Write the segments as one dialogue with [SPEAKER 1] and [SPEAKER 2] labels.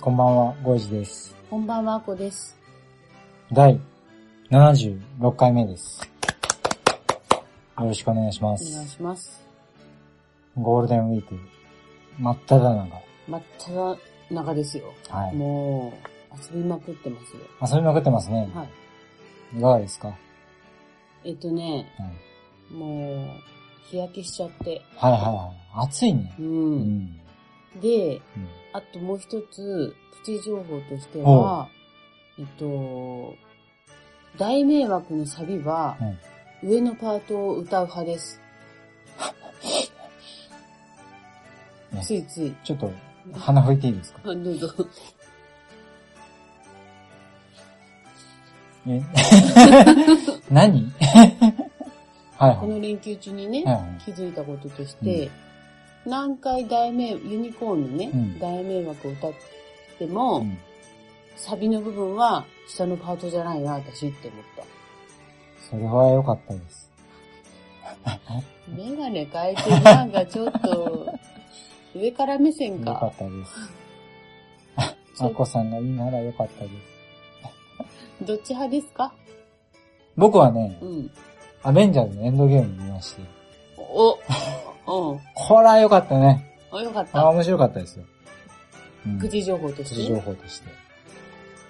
[SPEAKER 1] こんばんは、ゴイジです。
[SPEAKER 2] こんばんは、あこです。
[SPEAKER 1] 第76回目です。よろしくお願いしま
[SPEAKER 2] お願い
[SPEAKER 1] す。
[SPEAKER 2] します。
[SPEAKER 1] ゴールデンウィーク、真っ只中。
[SPEAKER 2] 真っ只中ですよ。
[SPEAKER 1] はい。
[SPEAKER 2] もう、遊びまくってますよ。
[SPEAKER 1] 遊びまくってますね。
[SPEAKER 2] はい。
[SPEAKER 1] いかがですか、
[SPEAKER 2] えっとね、
[SPEAKER 1] うん、はい
[SPEAKER 2] もう、日焼けしちゃって。
[SPEAKER 1] はいはい。暑いね
[SPEAKER 2] う。。
[SPEAKER 1] うんん。
[SPEAKER 2] で、
[SPEAKER 1] うん
[SPEAKER 2] あともう一つ、プチ情報としては、えっと、大迷惑のサビは、上のパートを歌う派です。ついつい。
[SPEAKER 1] ちょっと、鼻拭いていいですか
[SPEAKER 2] あどうぞ。
[SPEAKER 1] え何 はい
[SPEAKER 2] こ
[SPEAKER 1] は
[SPEAKER 2] の
[SPEAKER 1] い。
[SPEAKER 2] 連休中にね、
[SPEAKER 1] はいはい
[SPEAKER 2] 気づいたこととして、何回大迷、ユニコーンのね、
[SPEAKER 1] うん
[SPEAKER 2] 大迷惑を歌って
[SPEAKER 1] う
[SPEAKER 2] も、
[SPEAKER 1] ん
[SPEAKER 2] サビの部分は下のパートじゃないな、私って思った。
[SPEAKER 1] それは良かったです。
[SPEAKER 2] メガネ変えて、なんかちょっ と、上から目
[SPEAKER 1] 良
[SPEAKER 2] 線
[SPEAKER 1] か
[SPEAKER 2] か
[SPEAKER 1] っ。たです。あこさんが言いなら良かったです。
[SPEAKER 2] どっち派ですか
[SPEAKER 1] 僕はね、
[SPEAKER 2] うん。
[SPEAKER 1] アベンジャーズのエンドゲーム見まして、
[SPEAKER 2] お、うん。
[SPEAKER 1] こら良かったね。
[SPEAKER 2] お、よかっ
[SPEAKER 1] あ
[SPEAKER 2] た。
[SPEAKER 1] 面白かったですよ。うん、
[SPEAKER 2] プチ情報と
[SPEAKER 1] プ
[SPEAKER 2] し
[SPEAKER 1] チ情
[SPEAKER 2] て。
[SPEAKER 1] 報として。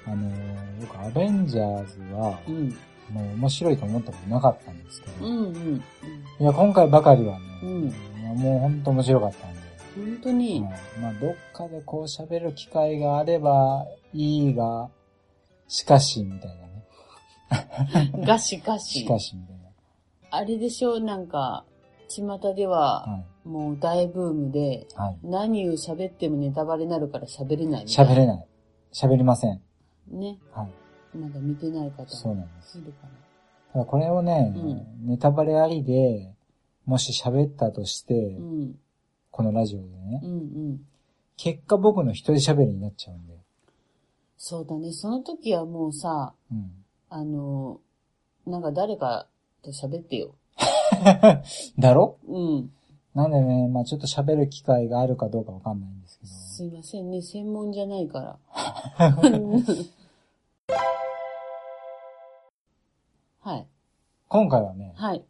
[SPEAKER 1] あのー、僕、アベンジャーズは、
[SPEAKER 2] うん。
[SPEAKER 1] もう面白いと思ったことなかったんですけ
[SPEAKER 2] う
[SPEAKER 1] ど、
[SPEAKER 2] んうん。
[SPEAKER 1] いや、今回ばかりはね、
[SPEAKER 2] うん
[SPEAKER 1] いやもうほんと面白かったんで、
[SPEAKER 2] 本当に、
[SPEAKER 1] うんまあ、どっかでこう喋る機会があればいいが、しかし、みたいなね。
[SPEAKER 2] ガシガ
[SPEAKER 1] し
[SPEAKER 2] シ。
[SPEAKER 1] かし、みたい
[SPEAKER 2] あれでしょ、なんか、巷では、
[SPEAKER 1] な。はい。
[SPEAKER 2] もう大ブームで、
[SPEAKER 1] はい。
[SPEAKER 2] 何を喋ってもネタバレになるから喋れないみたいな。
[SPEAKER 1] 喋れない。喋りません。
[SPEAKER 2] ね。
[SPEAKER 1] はい。
[SPEAKER 2] まだ見てない方
[SPEAKER 1] そう
[SPEAKER 2] も
[SPEAKER 1] なんです。
[SPEAKER 2] いるかな。
[SPEAKER 1] ただこれをね、
[SPEAKER 2] う
[SPEAKER 1] ネタバレありで、もし喋ったとして、
[SPEAKER 2] うん。
[SPEAKER 1] このラジオでね、
[SPEAKER 2] うんうん。
[SPEAKER 1] 結果僕の一人喋りになっちゃうんで。
[SPEAKER 2] そうだね。その時はもうさ、
[SPEAKER 1] うん。
[SPEAKER 2] あの、なんか誰かと喋ってよ。
[SPEAKER 1] だろ
[SPEAKER 2] うん。
[SPEAKER 1] なんでね、まあちょっと喋る機会があるかどうかわかんないんですけど。
[SPEAKER 2] すいませんね。専門じゃない から。はい。
[SPEAKER 1] 今回はね、
[SPEAKER 2] はい。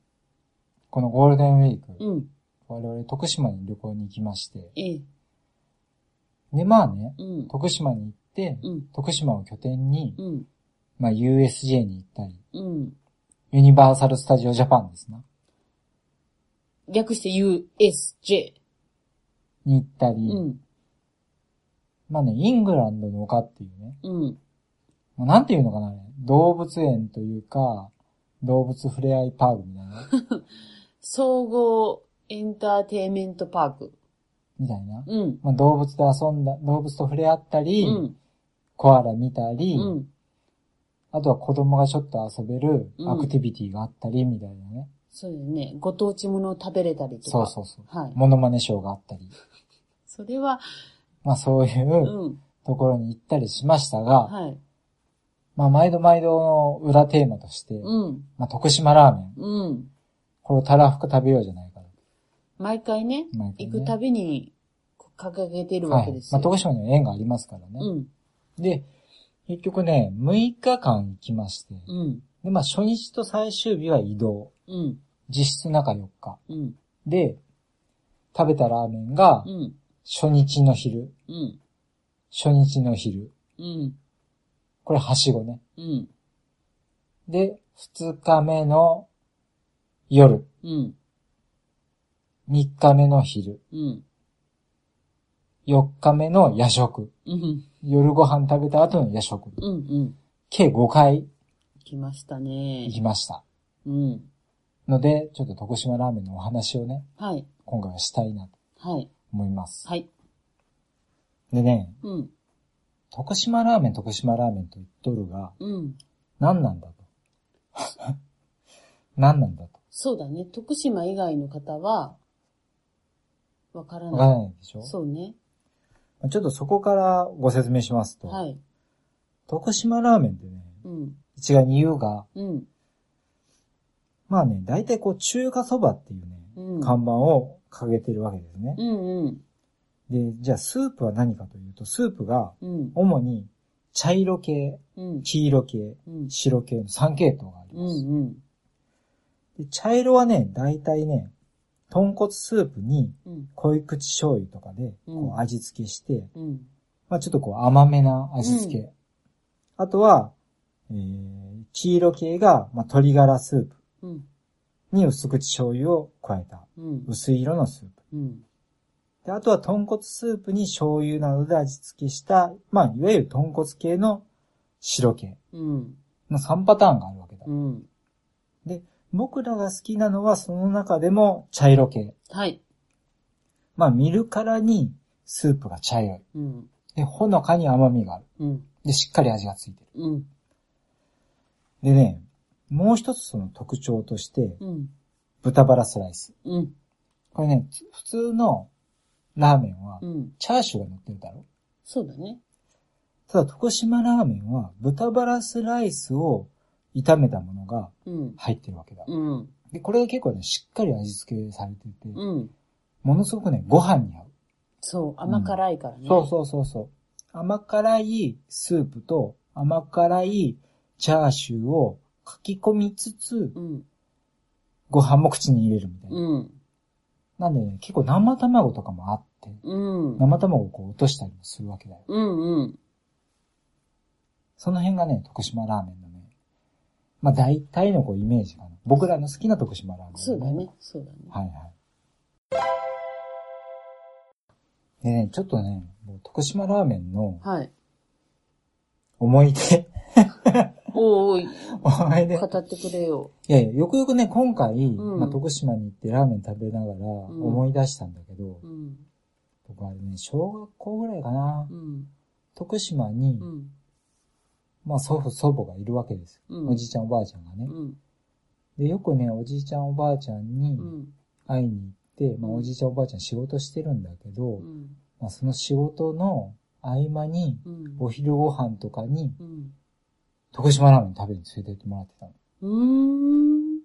[SPEAKER 1] このゴールデンウィーク、
[SPEAKER 2] うん。
[SPEAKER 1] 我々徳島に旅行に行きまして、
[SPEAKER 2] ええ。
[SPEAKER 1] で、まあね、
[SPEAKER 2] うん。
[SPEAKER 1] 徳島に行って、
[SPEAKER 2] うん。
[SPEAKER 1] 徳島を拠点に、
[SPEAKER 2] うん。
[SPEAKER 1] まあ USJ に行ったり、
[SPEAKER 2] うん。
[SPEAKER 1] ユニバーサルスタジオジャパンですな、
[SPEAKER 2] 略して USJ。
[SPEAKER 1] に行ったり、
[SPEAKER 2] うん。
[SPEAKER 1] まあね、イングランドの丘っていうね、
[SPEAKER 2] うん。
[SPEAKER 1] まあなんていうのかな、ね、動物園というか、動物ふれあいパークみたい な、
[SPEAKER 2] 総合エンターテイメントパーク。
[SPEAKER 1] みたいな。
[SPEAKER 2] うん。
[SPEAKER 1] まあ、動物と遊んだ、動物と触れ合ったり、
[SPEAKER 2] うん。
[SPEAKER 1] コアラ見たり、
[SPEAKER 2] うん。
[SPEAKER 1] あとは子供がちょっと遊べる
[SPEAKER 2] うん
[SPEAKER 1] アクティビティがあったり、みたいなね。
[SPEAKER 2] そうだよね。ご当地ものを食べれたりとか。
[SPEAKER 1] そうそうそう。
[SPEAKER 2] はい。
[SPEAKER 1] モノマネショーがあったり。
[SPEAKER 2] それは、。
[SPEAKER 1] まあそういううんところに行ったりしましたが、
[SPEAKER 2] はい。
[SPEAKER 1] まあ毎度毎度の裏テーマとして、
[SPEAKER 2] うん。
[SPEAKER 1] まあ徳島ラーメン。
[SPEAKER 2] うん。
[SPEAKER 1] これをたらふく食べようじゃないかと。
[SPEAKER 2] 毎回ね、
[SPEAKER 1] 毎回
[SPEAKER 2] 行
[SPEAKER 1] ね
[SPEAKER 2] くたびにこう掲げてるわ
[SPEAKER 1] は
[SPEAKER 2] け
[SPEAKER 1] い
[SPEAKER 2] で。す
[SPEAKER 1] ま
[SPEAKER 2] よ。
[SPEAKER 1] あ徳島には縁がありますからね。
[SPEAKER 2] うん。
[SPEAKER 1] で、結局ね、6日間行きまして、
[SPEAKER 2] うん。
[SPEAKER 1] で、まあ初日と最終日は移動。
[SPEAKER 2] うん。
[SPEAKER 1] 実質中4日。
[SPEAKER 2] うん。
[SPEAKER 1] で、食べたラーメンが
[SPEAKER 2] う、ん。
[SPEAKER 1] 初日の昼、
[SPEAKER 2] うん。
[SPEAKER 1] 初日の昼。
[SPEAKER 2] うん。
[SPEAKER 1] これ、はしごね。
[SPEAKER 2] うん。
[SPEAKER 1] で、2日目の夜、
[SPEAKER 2] うん。
[SPEAKER 1] 3日目の昼、
[SPEAKER 2] うん。
[SPEAKER 1] 4日目の夜食、
[SPEAKER 2] うん。
[SPEAKER 1] 夜ご飯食べた後の夜食、
[SPEAKER 2] うん。うん。
[SPEAKER 1] 計5回
[SPEAKER 2] 来ましたね
[SPEAKER 1] 行。きました。
[SPEAKER 2] うん。
[SPEAKER 1] ので、ちょっと徳島ラーメンのお話をね、
[SPEAKER 2] はい。
[SPEAKER 1] 今回はしたいなと
[SPEAKER 2] はい。
[SPEAKER 1] 思います。
[SPEAKER 2] はい。
[SPEAKER 1] でね、
[SPEAKER 2] うん。
[SPEAKER 1] 徳島ラーメン、徳島ラーメンと言っとるが、
[SPEAKER 2] うん。
[SPEAKER 1] 何なんだと。 何なんだと。
[SPEAKER 2] そうだね。徳島以外の方は、わから
[SPEAKER 1] わから
[SPEAKER 2] ない。
[SPEAKER 1] ないでしょ
[SPEAKER 2] そうね。
[SPEAKER 1] ちょっとそこからご説明しますと、
[SPEAKER 2] はい。
[SPEAKER 1] 徳島ラーメンってね、
[SPEAKER 2] うん。
[SPEAKER 1] 一概に言うが、
[SPEAKER 2] うん。
[SPEAKER 1] まあね、大体こう中華そばっていうね、
[SPEAKER 2] うん。
[SPEAKER 1] 看板を掲げてるわけですね
[SPEAKER 2] う。んうん。
[SPEAKER 1] で、じゃあスープは何かというと、スープが
[SPEAKER 2] うん。
[SPEAKER 1] 主に茶色系、
[SPEAKER 2] うん。
[SPEAKER 1] 黄色系、
[SPEAKER 2] うん。
[SPEAKER 1] 白系の3系統があり
[SPEAKER 2] う
[SPEAKER 1] ます。
[SPEAKER 2] んうん。
[SPEAKER 1] で茶色はね、大体ね、豚骨スープに
[SPEAKER 2] うん。
[SPEAKER 1] 濃い口醤油とかで
[SPEAKER 2] う
[SPEAKER 1] こ
[SPEAKER 2] ん
[SPEAKER 1] う味付けして、
[SPEAKER 2] うん。
[SPEAKER 1] まあちょっとこう甘めな味付け。
[SPEAKER 2] う
[SPEAKER 1] あとは、えー、黄色系が、まあ、鶏ガラスープ
[SPEAKER 2] うん。
[SPEAKER 1] に薄口醤油を加えた
[SPEAKER 2] うん。
[SPEAKER 1] 薄い色のスープ。
[SPEAKER 2] うん。
[SPEAKER 1] であとは豚骨スープに醤油などで味付けした、まあいわゆる豚骨系の白系
[SPEAKER 2] うん。
[SPEAKER 1] の3パターンがあるわけだ。
[SPEAKER 2] うん。
[SPEAKER 1] 僕らが好きなのはその中でも茶色系。
[SPEAKER 2] はい。
[SPEAKER 1] まあ見るからにスープが茶色い。
[SPEAKER 2] うん。
[SPEAKER 1] で、ほのかに甘みがある。
[SPEAKER 2] うん。
[SPEAKER 1] で、しっかり味がついてる。
[SPEAKER 2] うん。
[SPEAKER 1] でね、もう一つその特徴として、
[SPEAKER 2] うん。
[SPEAKER 1] 豚バラスライス。
[SPEAKER 2] うん。
[SPEAKER 1] これね、つ普通のラーメンは
[SPEAKER 2] う、ん。
[SPEAKER 1] チャーシューが乗ってるだろ
[SPEAKER 2] そうだね。
[SPEAKER 1] ただ、徳島ラーメンは、豚バラスライスを炒めたものが
[SPEAKER 2] うん。
[SPEAKER 1] 入ってるわけだ。
[SPEAKER 2] うん。
[SPEAKER 1] で、これが結構ね、しっかり味付けされてて、
[SPEAKER 2] うん。
[SPEAKER 1] ものすごくね、ご飯に合う。
[SPEAKER 2] そう。甘辛いからね。
[SPEAKER 1] そうそうそうそう。甘辛いスープと甘辛いチャーシューをかき込みつつ、
[SPEAKER 2] うん。
[SPEAKER 1] ご飯も口に入れるみたいな。
[SPEAKER 2] うん。
[SPEAKER 1] なんでね、結構生卵とかもあって、
[SPEAKER 2] うん。
[SPEAKER 1] 生卵をこう落としたりもするわけだよ。
[SPEAKER 2] うんうん。
[SPEAKER 1] その辺がね、徳島ラーメンのね、まあ大体のこうイメージかな。僕らの好きな徳島ラーメン、
[SPEAKER 2] そうだ。ね。そうだね。
[SPEAKER 1] はいはい。でね、ちょっとね、もう徳島ラーメンの
[SPEAKER 2] はい。
[SPEAKER 1] 思い出、
[SPEAKER 2] おい
[SPEAKER 1] 思い
[SPEAKER 2] おい、
[SPEAKER 1] 出。
[SPEAKER 2] 語ってくれよ。
[SPEAKER 1] いやいや、よくよくね、今回、
[SPEAKER 2] ん
[SPEAKER 1] まあ、徳島に行ってラーメン食べながら思い出したんだけど、
[SPEAKER 2] うん。
[SPEAKER 1] 僕あれね、小学校ぐらいかな。
[SPEAKER 2] うん。
[SPEAKER 1] 徳島に、
[SPEAKER 2] うん。
[SPEAKER 1] まあ祖父祖母がいるわけですよ。
[SPEAKER 2] うん
[SPEAKER 1] おじいちゃんおばあちゃんが
[SPEAKER 2] う
[SPEAKER 1] ね。
[SPEAKER 2] ん。
[SPEAKER 1] で、よくね、おじいちゃんおばあちゃんに
[SPEAKER 2] うん。
[SPEAKER 1] 会いに行って、まあおじいちゃんおばあちゃん仕事してるんだけど、
[SPEAKER 2] うん。
[SPEAKER 1] まあその仕事の合間に、
[SPEAKER 2] うん。
[SPEAKER 1] お昼ご飯とかに、
[SPEAKER 2] うん。
[SPEAKER 1] 徳島ラーメン食べに連れて行ってもらってたの。
[SPEAKER 2] うーん。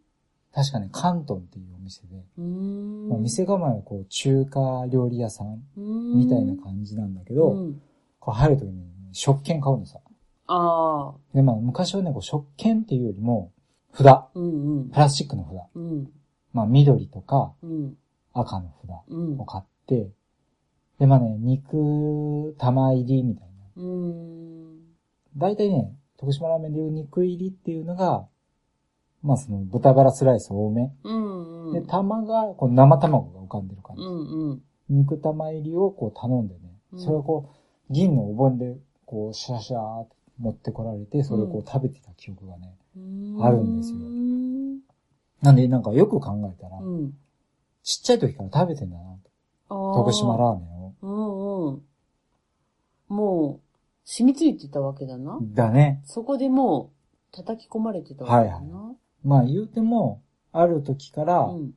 [SPEAKER 1] 確かね、関東っていうお店で、
[SPEAKER 2] うーん。
[SPEAKER 1] まあ、店構えはこう中華料理屋さんみ
[SPEAKER 2] み
[SPEAKER 1] たいな感じなんだけ
[SPEAKER 2] じ
[SPEAKER 1] ど、
[SPEAKER 2] うん。
[SPEAKER 1] こう入るときに、食券買うのさ。
[SPEAKER 2] ああ。
[SPEAKER 1] で、まあ昔はね、こう食券っていうよりも、札。
[SPEAKER 2] うんうん
[SPEAKER 1] プ。ラスチックの札。
[SPEAKER 2] うん。
[SPEAKER 1] まあ緑とか
[SPEAKER 2] うん。
[SPEAKER 1] 赤の札
[SPEAKER 2] うん
[SPEAKER 1] を。買って、で、まあね、肉玉入りみたいな。
[SPEAKER 2] うん。
[SPEAKER 1] 大体ね、徳島ラーメンでいう肉入りっていうのが、まあその豚バラスライス多め。
[SPEAKER 2] うん。
[SPEAKER 1] で、玉が、こう生卵が浮かんでる感
[SPEAKER 2] う
[SPEAKER 1] じ。
[SPEAKER 2] んうん。
[SPEAKER 1] 肉玉入りをこう頼んでね、
[SPEAKER 2] うん
[SPEAKER 1] それをこう、銀のお盆で、こう、シャラシャーって持ってこられて、それをこう食べてた記憶がね。
[SPEAKER 2] うん。
[SPEAKER 1] あるんですよ
[SPEAKER 2] よ。
[SPEAKER 1] なんで、なんかよく考えたら、
[SPEAKER 2] うん。
[SPEAKER 1] ちっちゃい時から食べてんだなと、徳
[SPEAKER 2] 徳
[SPEAKER 1] 島ラーメンを。
[SPEAKER 2] うんうん。もう、染みついてたわけだな。
[SPEAKER 1] だね。
[SPEAKER 2] そこでもう、叩き込まれてたわけだな。
[SPEAKER 1] まあ言うても、ある時から、
[SPEAKER 2] うん。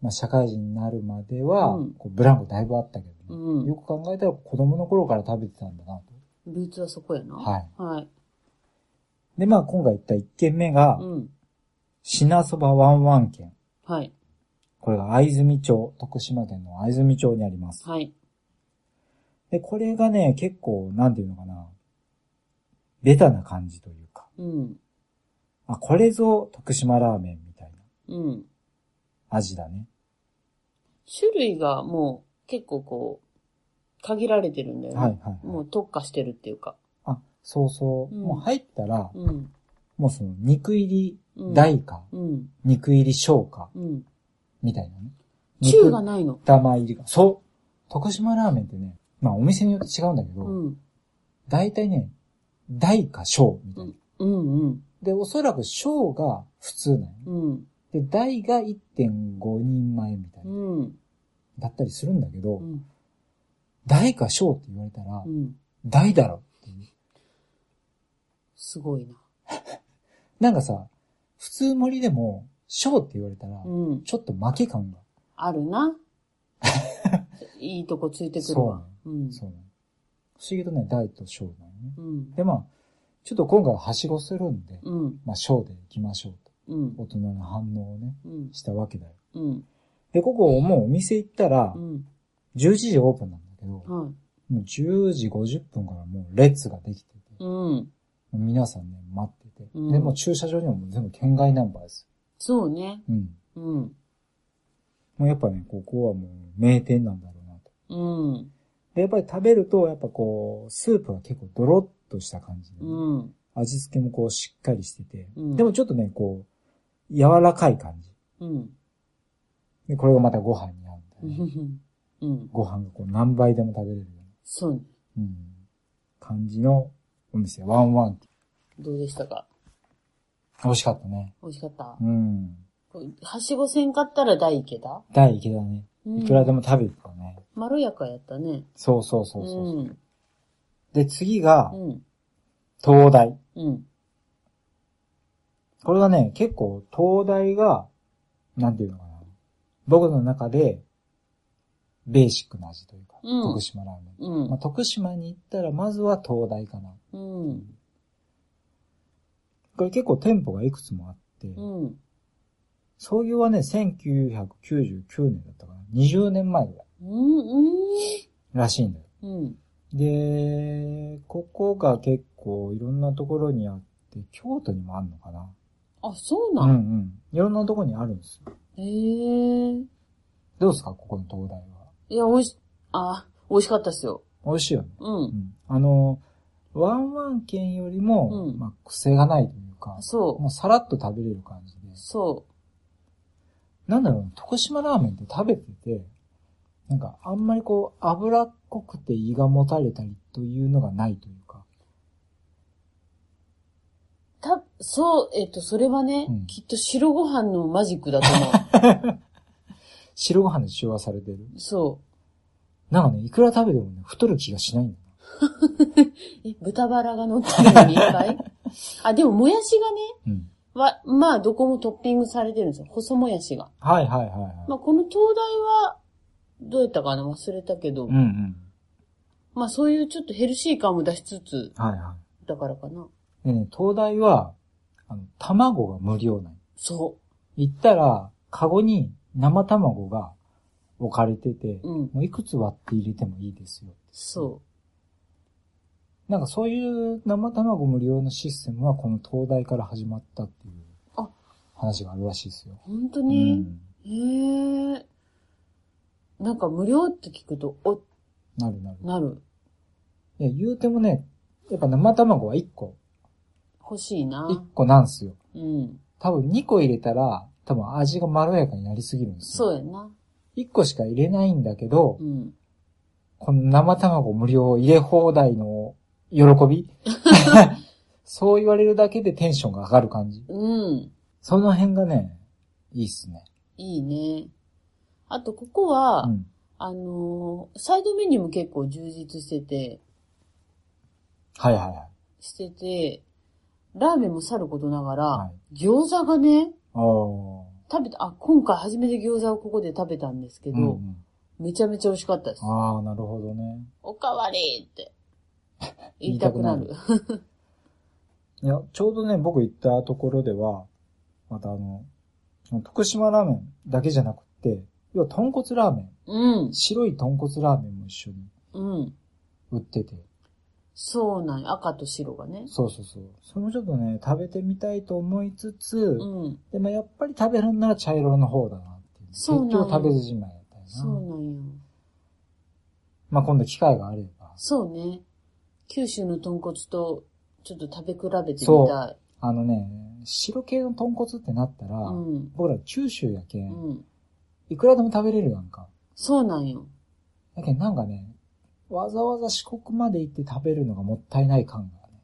[SPEAKER 1] まあ社会人になるまでは、
[SPEAKER 2] うん
[SPEAKER 1] こうブランクだいぶあったけどね、
[SPEAKER 2] うん
[SPEAKER 1] よ。く考えたら子供の頃から食べてたんだなと。
[SPEAKER 2] ルーツはそこやな。
[SPEAKER 1] はい。
[SPEAKER 2] はい。
[SPEAKER 1] で、まあ今回行った1軒目が、
[SPEAKER 2] うん。
[SPEAKER 1] 品そばワンワン軒。
[SPEAKER 2] はい。
[SPEAKER 1] これが藍住町、徳島県の藍住町にあります。
[SPEAKER 2] はい。
[SPEAKER 1] で、これがね、結構、なんていうのかな、ベタな感じというか、
[SPEAKER 2] うん。
[SPEAKER 1] あ、これぞ徳島ラーメンみたい
[SPEAKER 2] うん。
[SPEAKER 1] な味だね。
[SPEAKER 2] 種類がもう、結構こう、限られてるんだよね。
[SPEAKER 1] はいはい、
[SPEAKER 2] も
[SPEAKER 1] はい。
[SPEAKER 2] う特化してるっていうか。
[SPEAKER 1] あ、そうそう。
[SPEAKER 2] うん
[SPEAKER 1] もう入ったら、
[SPEAKER 2] うん。
[SPEAKER 1] もうその肉入り
[SPEAKER 2] うん
[SPEAKER 1] 大か、
[SPEAKER 2] うん。
[SPEAKER 1] 肉入り小か、
[SPEAKER 2] うん。
[SPEAKER 1] みたいなね。
[SPEAKER 2] 中が
[SPEAKER 1] 肉
[SPEAKER 2] ないの。
[SPEAKER 1] 玉入りか。そう。徳島ラーメンってね、まあお店によって違うんだけ
[SPEAKER 2] う
[SPEAKER 1] ど、
[SPEAKER 2] ん。
[SPEAKER 1] 大体ね、大か小みたいな。
[SPEAKER 2] うんうん。
[SPEAKER 1] で、おそらく小が普通なの、ね。
[SPEAKER 2] うん。
[SPEAKER 1] で、大が1.5人前みたいうな、
[SPEAKER 2] ん。
[SPEAKER 1] だったりするんだけど、
[SPEAKER 2] うん。
[SPEAKER 1] 大か小って言われたら
[SPEAKER 2] う、ん。
[SPEAKER 1] 大だろっていう。
[SPEAKER 2] すごいな。
[SPEAKER 1] なんかさ、普通盛りでも、小って言われたら
[SPEAKER 2] う、ん。
[SPEAKER 1] ちょっと負け感が。
[SPEAKER 2] あるな。いいとこついてくるわ。うん。
[SPEAKER 1] そうなの不思議とね、大と小なのね。
[SPEAKER 2] うん。
[SPEAKER 1] で、まあ、ちょっと今回はしごするんで、
[SPEAKER 2] うん。
[SPEAKER 1] まあ、小で行きましょう
[SPEAKER 2] うん
[SPEAKER 1] と。。大人の反応をね、
[SPEAKER 2] うん。
[SPEAKER 1] したわけだよ。
[SPEAKER 2] うん。
[SPEAKER 1] で、ここもうお店行ったら
[SPEAKER 2] う、ん。
[SPEAKER 1] 11時オープンなんだけど、も
[SPEAKER 2] は
[SPEAKER 1] う10時50分からもう列ができてて、
[SPEAKER 2] い。うん。
[SPEAKER 1] 皆さんね、待ってて。
[SPEAKER 2] うん
[SPEAKER 1] で、もう駐車場にはもう全部県外ナンバーです。
[SPEAKER 2] そうね。
[SPEAKER 1] うん。
[SPEAKER 2] うん。
[SPEAKER 1] もうやっぱね、ここはもう名店なんだろうなと。
[SPEAKER 2] うん。
[SPEAKER 1] で、やっぱり食べると、やっぱこう、スープが結構ドロッとした感じでね、
[SPEAKER 2] うん。
[SPEAKER 1] 味付けもこうしっかりしてて、
[SPEAKER 2] うん
[SPEAKER 1] でもちょっとね、こう、柔らかい感じ。
[SPEAKER 2] うん。
[SPEAKER 1] で、これがまたご飯に合うんだよね。
[SPEAKER 2] うん。
[SPEAKER 1] ご飯がこう何倍でも食べれるよ
[SPEAKER 2] そうね。
[SPEAKER 1] うな、うん、感じのお店、ワンワン。
[SPEAKER 2] どうでしたか
[SPEAKER 1] 美味しかったね。
[SPEAKER 2] 美味しかった
[SPEAKER 1] う。ん。
[SPEAKER 2] これはしごせんかったら大池だ
[SPEAKER 1] 第一だね。
[SPEAKER 2] うん
[SPEAKER 1] いくらでも食べ行くからね。
[SPEAKER 2] まろやかやったね。
[SPEAKER 1] そうそうそうそうそう。
[SPEAKER 2] うん。
[SPEAKER 1] で、次が
[SPEAKER 2] う、ん。
[SPEAKER 1] 東大。
[SPEAKER 2] うん。
[SPEAKER 1] これはね、結構、東大が、なんていうのかな。僕の中で、ベーシックな味というか、
[SPEAKER 2] うん
[SPEAKER 1] 徳島ラーメン。
[SPEAKER 2] うん
[SPEAKER 1] まあ、。徳島に行ったら、まずは東大かな。
[SPEAKER 2] うん。
[SPEAKER 1] これ結構店舗がいくつもあって、
[SPEAKER 2] うん。
[SPEAKER 1] 創業はね、1999年だったかな。20年前ぐらい
[SPEAKER 2] うん。
[SPEAKER 1] らしいんだよ。
[SPEAKER 2] うん。
[SPEAKER 1] で、ここが結構いろんなところにあって、京都にもあるのかな。
[SPEAKER 2] あ、そう
[SPEAKER 1] うん
[SPEAKER 2] な。
[SPEAKER 1] うんん。いろんなとこにあるんですよ。
[SPEAKER 2] へえ。
[SPEAKER 1] どうですかここの東大は。
[SPEAKER 2] いや、美味し、あ、美味しかったっすよ。
[SPEAKER 1] 美味しいよね。
[SPEAKER 2] う。
[SPEAKER 1] うんん。あの、ワンワン券よりも、
[SPEAKER 2] うん
[SPEAKER 1] まあ、癖がないというか、
[SPEAKER 2] そう
[SPEAKER 1] もうさらっと食べれる感じで。
[SPEAKER 2] そ
[SPEAKER 1] なんだろうな、徳島ラーメンって食べてて、なんかあんまりこう、脂っこくて胃がもたれたりというのがないというか。
[SPEAKER 2] う。た、そう、えっと、それはね、
[SPEAKER 1] うん
[SPEAKER 2] きっと白ご飯のマジックだと思
[SPEAKER 1] 白ご飯で中和されてる。
[SPEAKER 2] う。そ
[SPEAKER 1] なんかね、いくら食べてもね、太る気がしないんだ
[SPEAKER 2] う。え、豚バラが乗ってるのにいっぱ いあ、でも、もやしがね、
[SPEAKER 1] な。うん。
[SPEAKER 2] は、まあ、どこもトッピングされてるんですよ。細もやしが。
[SPEAKER 1] はいはいはいはい。
[SPEAKER 2] まあ、この東大は、どうやったかな忘れたけど、
[SPEAKER 1] うんうん。
[SPEAKER 2] まあ、そういうちょっとヘルシー感も出しつつ、
[SPEAKER 1] はいは
[SPEAKER 2] だからかな。
[SPEAKER 1] い。でね、東大は、あの、卵が無料なんよ
[SPEAKER 2] そ
[SPEAKER 1] 行ったら、カゴに生卵が置かれてて、
[SPEAKER 2] う。うん。
[SPEAKER 1] もういくつ割って入れてもいいですよ。
[SPEAKER 2] そ
[SPEAKER 1] なんかそういう生卵無料のシステムはこの東大から始まったっていう
[SPEAKER 2] あ
[SPEAKER 1] 話があるらしいですよ
[SPEAKER 2] う。。本当
[SPEAKER 1] う
[SPEAKER 2] に、
[SPEAKER 1] ん。
[SPEAKER 2] へえ。なんか無料って聞くと、お、
[SPEAKER 1] なるなる。
[SPEAKER 2] なる。
[SPEAKER 1] いや、言うてもね、やっぱ生卵は1個、
[SPEAKER 2] 欲しいな。
[SPEAKER 1] 1個なんすよ。
[SPEAKER 2] うん。
[SPEAKER 1] 多分2個入れたら、多分味がまろやかになりすぎるんですよ。
[SPEAKER 2] そうやな。
[SPEAKER 1] 1個しか入れないんだけど、
[SPEAKER 2] うん。
[SPEAKER 1] この生卵無料入れ放題の喜び そう言われるだけでテンションが上がる感じ。
[SPEAKER 2] うん。
[SPEAKER 1] その辺がね、いいっすね。
[SPEAKER 2] いいね。あと、ここは、
[SPEAKER 1] うん。
[SPEAKER 2] あのーサイドメニューも結構充実してて、
[SPEAKER 1] はいはいはい。
[SPEAKER 2] してて、ラーメンもさることながら、
[SPEAKER 1] は
[SPEAKER 2] 餃子がね、
[SPEAKER 1] お
[SPEAKER 2] 食べた、あ、今回初めて餃子をここで食べたんですけ
[SPEAKER 1] ー。
[SPEAKER 2] ど、
[SPEAKER 1] うんうん、
[SPEAKER 2] めちゃめちゃ美味しかったです。
[SPEAKER 1] ああ、なるほどね。
[SPEAKER 2] おかわりって言
[SPEAKER 1] 言
[SPEAKER 2] い
[SPEAKER 1] い
[SPEAKER 2] た
[SPEAKER 1] た
[SPEAKER 2] く
[SPEAKER 1] く
[SPEAKER 2] な
[SPEAKER 1] な
[SPEAKER 2] る
[SPEAKER 1] る。いや、ちょうどね、僕行ったところでは、またあの、徳島ラーメンだけじゃなくって、要は豚骨ラーメ
[SPEAKER 2] うん
[SPEAKER 1] ン、。白い豚骨ラーメンも一緒に
[SPEAKER 2] うん。
[SPEAKER 1] 売ってて、
[SPEAKER 2] そうなんや赤と白がね。
[SPEAKER 1] そうそうそう。それもちょっとね、食べてみたいと思いつつ、
[SPEAKER 2] うん。
[SPEAKER 1] でもやっぱり食べるんなら茶色の方だなっていう。
[SPEAKER 2] そうなん
[SPEAKER 1] 結局食べずじまいだったよな。
[SPEAKER 2] そうなんや。
[SPEAKER 1] まあ今度機会があれば、
[SPEAKER 2] そうね。九州の豚骨とちょっと食べ比べてみ
[SPEAKER 1] そう
[SPEAKER 2] たい。
[SPEAKER 1] あのね、白系の豚骨ってなったら、
[SPEAKER 2] うん。
[SPEAKER 1] 僕ら九州やけ、
[SPEAKER 2] うんん。
[SPEAKER 1] いくらでも食べれるやんか。
[SPEAKER 2] そうなんよ。
[SPEAKER 1] だけどなんかね、わざわざ四国まで行って食べるのがもったいない感がね、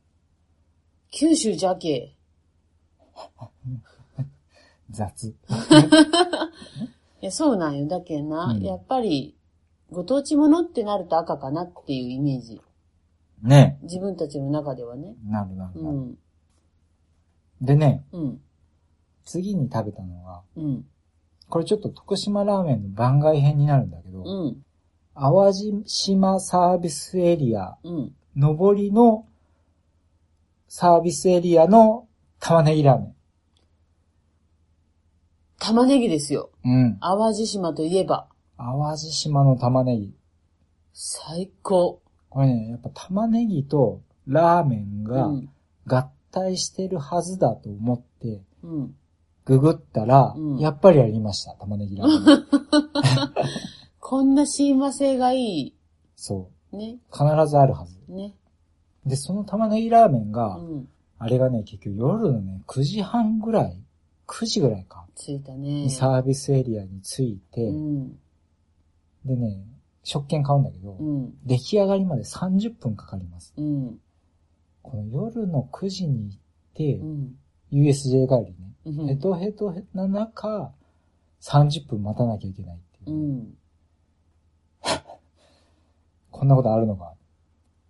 [SPEAKER 2] 九州じゃけ。
[SPEAKER 1] 雑。
[SPEAKER 2] いや、そうなんよ。だけんな。
[SPEAKER 1] うん
[SPEAKER 2] やっぱり、ご当地ものってなると赤かなっていうイメージ。
[SPEAKER 1] ね
[SPEAKER 2] 自分たちの中ではね。
[SPEAKER 1] なるなる
[SPEAKER 2] う
[SPEAKER 1] なる。
[SPEAKER 2] ん。
[SPEAKER 1] でね、
[SPEAKER 2] うん。
[SPEAKER 1] 次に食べたのが、
[SPEAKER 2] うん。
[SPEAKER 1] これちょっと徳島ラーメンの番外編になるんだけど、
[SPEAKER 2] うん。
[SPEAKER 1] 淡路島サービスエリア、
[SPEAKER 2] うん。
[SPEAKER 1] 上りのサービスエリアの玉ねぎラーメ
[SPEAKER 2] 玉ねぎですよ。
[SPEAKER 1] ン。うん。
[SPEAKER 2] 淡路島といえば、
[SPEAKER 1] 淡路島の玉ねぎ。
[SPEAKER 2] 最高。
[SPEAKER 1] これね、やっぱ玉ねぎとラーメン
[SPEAKER 2] う
[SPEAKER 1] が
[SPEAKER 2] ん。
[SPEAKER 1] 合体してるはずだと思って、
[SPEAKER 2] うん。
[SPEAKER 1] ググったら、
[SPEAKER 2] うん
[SPEAKER 1] やっぱりありました、玉ねぎラー メン。
[SPEAKER 2] こんな親和性がい
[SPEAKER 1] そう。
[SPEAKER 2] い。ね。
[SPEAKER 1] 必ずあるはず。
[SPEAKER 2] ね。
[SPEAKER 1] で、その玉ねぎラーメン
[SPEAKER 2] う
[SPEAKER 1] が、
[SPEAKER 2] ん。
[SPEAKER 1] あれがね、結局夜のね、9時半ぐらい ?9 時ぐらいか。
[SPEAKER 2] ついたね。
[SPEAKER 1] にサービスエリアに着いて、
[SPEAKER 2] うん。
[SPEAKER 1] でね、食券買うんだけど、
[SPEAKER 2] うん。
[SPEAKER 1] 出来上がりまで30分かかります。
[SPEAKER 2] うん。
[SPEAKER 1] この夜の9時に行って、
[SPEAKER 2] うん。
[SPEAKER 1] USJ 帰りね、
[SPEAKER 2] うん
[SPEAKER 1] ヘトヘトな中、30分待たなきゃいけないっ
[SPEAKER 2] う
[SPEAKER 1] ていう。
[SPEAKER 2] ん。
[SPEAKER 1] こんなことあるのか。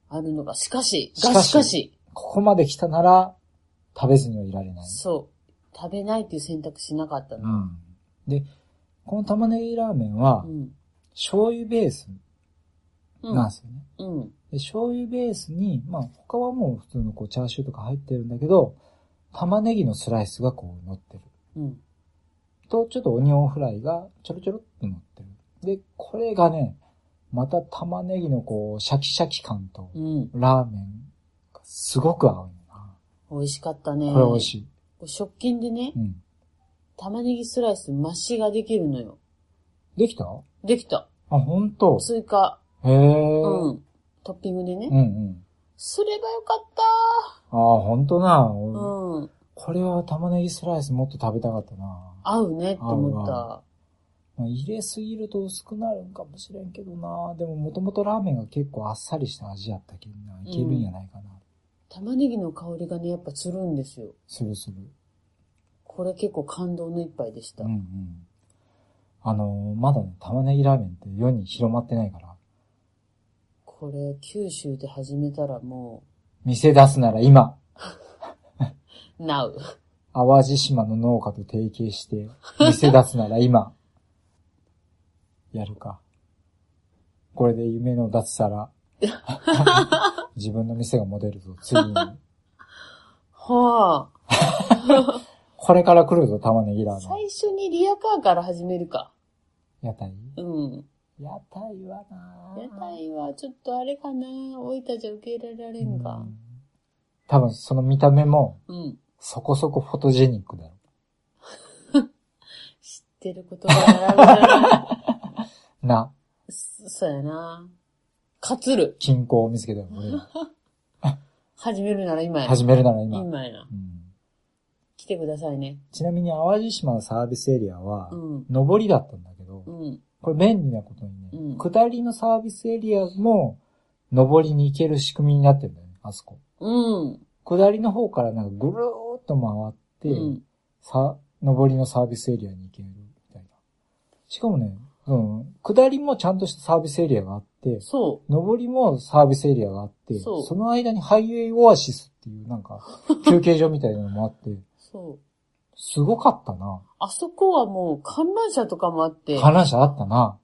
[SPEAKER 2] あるのが、しかし、
[SPEAKER 1] しかし
[SPEAKER 2] がしかし、
[SPEAKER 1] ここまで来たなら、食べずにはいられない。
[SPEAKER 2] そう。食べないっていう選択肢なかった
[SPEAKER 1] う
[SPEAKER 2] な。
[SPEAKER 1] ん。で、この玉ねぎラーメンは、
[SPEAKER 2] うん。
[SPEAKER 1] 醤油ベース
[SPEAKER 2] う
[SPEAKER 1] なん
[SPEAKER 2] ん
[SPEAKER 1] で。すよね。
[SPEAKER 2] うん。
[SPEAKER 1] で醤油ベースに、まあ他はもう普通のこうチャーシューとか入ってるんだけど、玉ねぎのスライスがこう乗ってる。
[SPEAKER 2] うん。
[SPEAKER 1] と、ちょっとオニオンフライがちょろちょろっと乗ってる。で、これがね、また玉ねぎのこうシャキシャキ感と
[SPEAKER 2] うん。
[SPEAKER 1] ラーメンがすごく合う
[SPEAKER 2] 美味しかったね。
[SPEAKER 1] な。これ美味し
[SPEAKER 2] い。
[SPEAKER 1] い。
[SPEAKER 2] 食券でね
[SPEAKER 1] う、ん。
[SPEAKER 2] 玉ねぎスライス増しができるのよ。
[SPEAKER 1] できたあ、
[SPEAKER 2] できた。
[SPEAKER 1] ほんと
[SPEAKER 2] 追加。
[SPEAKER 1] へえ。
[SPEAKER 2] う。
[SPEAKER 1] うん
[SPEAKER 2] トッピングでね
[SPEAKER 1] ん。うん。
[SPEAKER 2] すればよかっ
[SPEAKER 1] ああ、ほんとな。
[SPEAKER 2] た
[SPEAKER 1] 俺
[SPEAKER 2] うん。
[SPEAKER 1] これは玉ねぎスライスもっと食べたかったな。
[SPEAKER 2] 合うねって思った。
[SPEAKER 1] まあ、入れすぎると薄くなるんかもしれんけどな。でももともとラーメンが結構あっさりした味やったけんな。いけるんやないかな。
[SPEAKER 2] 玉ねぎの香りがね、やっぱするんですよ。
[SPEAKER 1] するする。
[SPEAKER 2] これ結構感動の一杯でした
[SPEAKER 1] うんう。ん。あのーまだね、玉ねぎラーメンって世に広まってないから。
[SPEAKER 2] これ、九州で始めたらも
[SPEAKER 1] 店出すなら今、
[SPEAKER 2] う、な う。
[SPEAKER 1] 淡路島の農家と提携して、店出すなら今、やるか。これで夢の脱サ ラ。自分の店がモデルぞ、ついに。
[SPEAKER 2] は
[SPEAKER 1] これから来るぞ、玉ねぎ
[SPEAKER 2] あ。
[SPEAKER 1] ラーメ
[SPEAKER 2] 最初にリアカーから始めるか。
[SPEAKER 1] ン。屋台
[SPEAKER 2] うん。
[SPEAKER 1] 屋台はなぁ
[SPEAKER 2] 屋台はちょっとあれかな置いたじゃ受け入れられんか
[SPEAKER 1] う。ん多分その見た目も
[SPEAKER 2] うん。
[SPEAKER 1] そこそこフォトジェニックだろ
[SPEAKER 2] 知ってることが並ぶ な。
[SPEAKER 1] う。な、
[SPEAKER 2] そそうやな。かつる。
[SPEAKER 1] 均衡を見つけたよ、俺ら。
[SPEAKER 2] 始めるなら今や。
[SPEAKER 1] 始めるなら今。
[SPEAKER 2] 今やな。
[SPEAKER 1] うん
[SPEAKER 2] 来てくださいね。
[SPEAKER 1] ちなみに淡路島のサービスエリアは
[SPEAKER 2] う、ん。
[SPEAKER 1] 上りだったんだけど
[SPEAKER 2] う、ん。
[SPEAKER 1] これ便利なことにね、
[SPEAKER 2] うん
[SPEAKER 1] 下りのサービスエリアも上りに行ける仕組みになってるんだよね、あそこ。
[SPEAKER 2] うん。
[SPEAKER 1] 下りの方からなんかぐるーっと
[SPEAKER 2] う
[SPEAKER 1] 回って、
[SPEAKER 2] ん。
[SPEAKER 1] さ、上りのサービスエリアに行けるみたいな。しかもね、うん、下りもちゃんとしたサービスエリアがあって、
[SPEAKER 2] そ
[SPEAKER 1] 上りもサービスエリアがあって、
[SPEAKER 2] そう
[SPEAKER 1] その間にハイウェイオアシスっていうな んか、休憩所みたいなのもあって、
[SPEAKER 2] う。そう。
[SPEAKER 1] すごかったな。
[SPEAKER 2] あそこはもう観覧車とかもあって、
[SPEAKER 1] 観覧車あったな。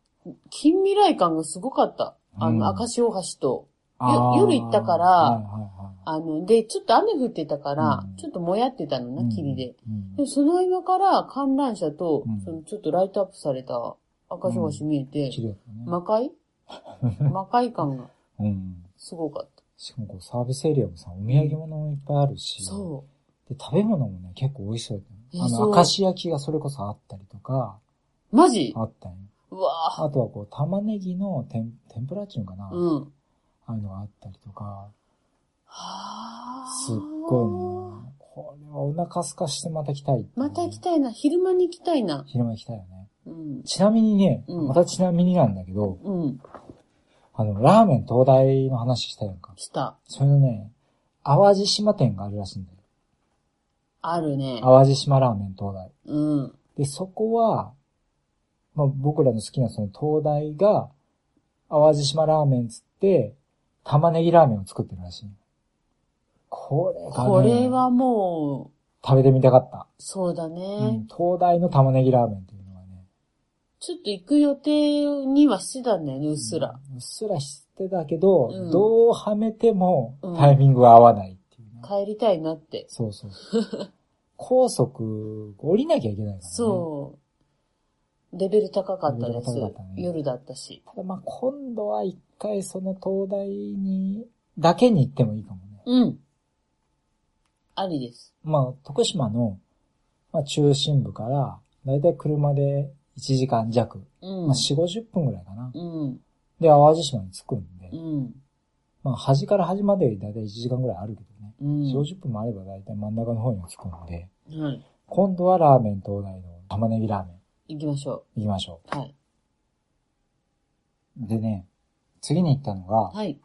[SPEAKER 2] 近未来感がすごかった。あ
[SPEAKER 1] うん
[SPEAKER 2] の、明石大橋と。
[SPEAKER 1] あー
[SPEAKER 2] 夜行ったから
[SPEAKER 1] はいはい
[SPEAKER 2] あの、で、ちょっと雨降ってたから
[SPEAKER 1] うん、
[SPEAKER 2] ちょっともやってたの
[SPEAKER 1] は
[SPEAKER 2] な、
[SPEAKER 1] い。
[SPEAKER 2] 霧で。
[SPEAKER 1] うん。
[SPEAKER 2] でもその合間から観覧車と、
[SPEAKER 1] うん
[SPEAKER 2] そのちょっとライトアップされた赤城橋見えて、
[SPEAKER 1] 綺麗だね。
[SPEAKER 2] 魔 界魔界感が
[SPEAKER 1] うん。
[SPEAKER 2] すごかった。
[SPEAKER 1] しかもこうサービスエリアもさ、お土産物もいっぱいあるし、
[SPEAKER 2] そ
[SPEAKER 1] で、食べ物もね、結構美味しそうだった
[SPEAKER 2] え
[SPEAKER 1] よ。あ
[SPEAKER 2] そ
[SPEAKER 1] の、
[SPEAKER 2] う
[SPEAKER 1] 明石焼きがそれこそあったりとか、
[SPEAKER 2] う。マジ
[SPEAKER 1] あったんよ。
[SPEAKER 2] うわぁ。
[SPEAKER 1] あとはこう、玉ねぎの天天ぷらっていうのかな、あ
[SPEAKER 2] うん。
[SPEAKER 1] あいうのがあったりとか、
[SPEAKER 2] はぁ。
[SPEAKER 1] すっごいね。これはお腹空かしてまた来たいってね、
[SPEAKER 2] また行きたいな。昼間に行きたいな。
[SPEAKER 1] 昼間行きたいよね。
[SPEAKER 2] うん。
[SPEAKER 1] ちなみにね、
[SPEAKER 2] うん
[SPEAKER 1] またちなみになんだけど、
[SPEAKER 2] うん。
[SPEAKER 1] あの、ラーメン東大の話したやんか。
[SPEAKER 2] した。
[SPEAKER 1] それのね、淡路島店があるらしいんだよ。
[SPEAKER 2] あるね。
[SPEAKER 1] 淡路島ラーメン東大。
[SPEAKER 2] うん。
[SPEAKER 1] で、そこは、まあ、僕らの好きなその東大が、淡路島ラーメンつって、玉ねぎラーメンを作ってるらしい。これがね、
[SPEAKER 2] これはも
[SPEAKER 1] 食べてみたかった。
[SPEAKER 2] う、そうだね、
[SPEAKER 1] うん、東大の玉ねぎラーメンっていうのはね。
[SPEAKER 2] ちょっと行く予定にはしてたんだよね、うっすら。。
[SPEAKER 1] うっすら知ってたけど、
[SPEAKER 2] うん
[SPEAKER 1] どうはめても
[SPEAKER 2] うん
[SPEAKER 1] タイミングが合わないっていうね。
[SPEAKER 2] 帰りたいなって。
[SPEAKER 1] そうそうそう。 高速降りなきゃいけないからね。
[SPEAKER 2] そう。レベル高かったです。
[SPEAKER 1] レベル高かったね
[SPEAKER 2] 夜だったし。
[SPEAKER 1] ただまあ今度は一回その東大に、だけに行ってもいいかもね。
[SPEAKER 2] うん。ありです。
[SPEAKER 1] まあ徳島の、まあ、中心部から、だいたい車で1時間弱。
[SPEAKER 2] うん。
[SPEAKER 1] まあ4、50分ぐらいかな。
[SPEAKER 2] うん。
[SPEAKER 1] で、淡路島に着くんで
[SPEAKER 2] う、ん。
[SPEAKER 1] まあ端から端までよりだいたい1時間ぐらいあるけどね。
[SPEAKER 2] うん。
[SPEAKER 1] 4、50分もあればだいたい真ん中の方に着くんで、
[SPEAKER 2] はい。
[SPEAKER 1] 今度はラーメン東大の玉ねぎラーメン
[SPEAKER 2] 行きましょ
[SPEAKER 1] 行きましょ
[SPEAKER 2] う。はい。
[SPEAKER 1] う。でね、次に行ったのが、
[SPEAKER 2] はい。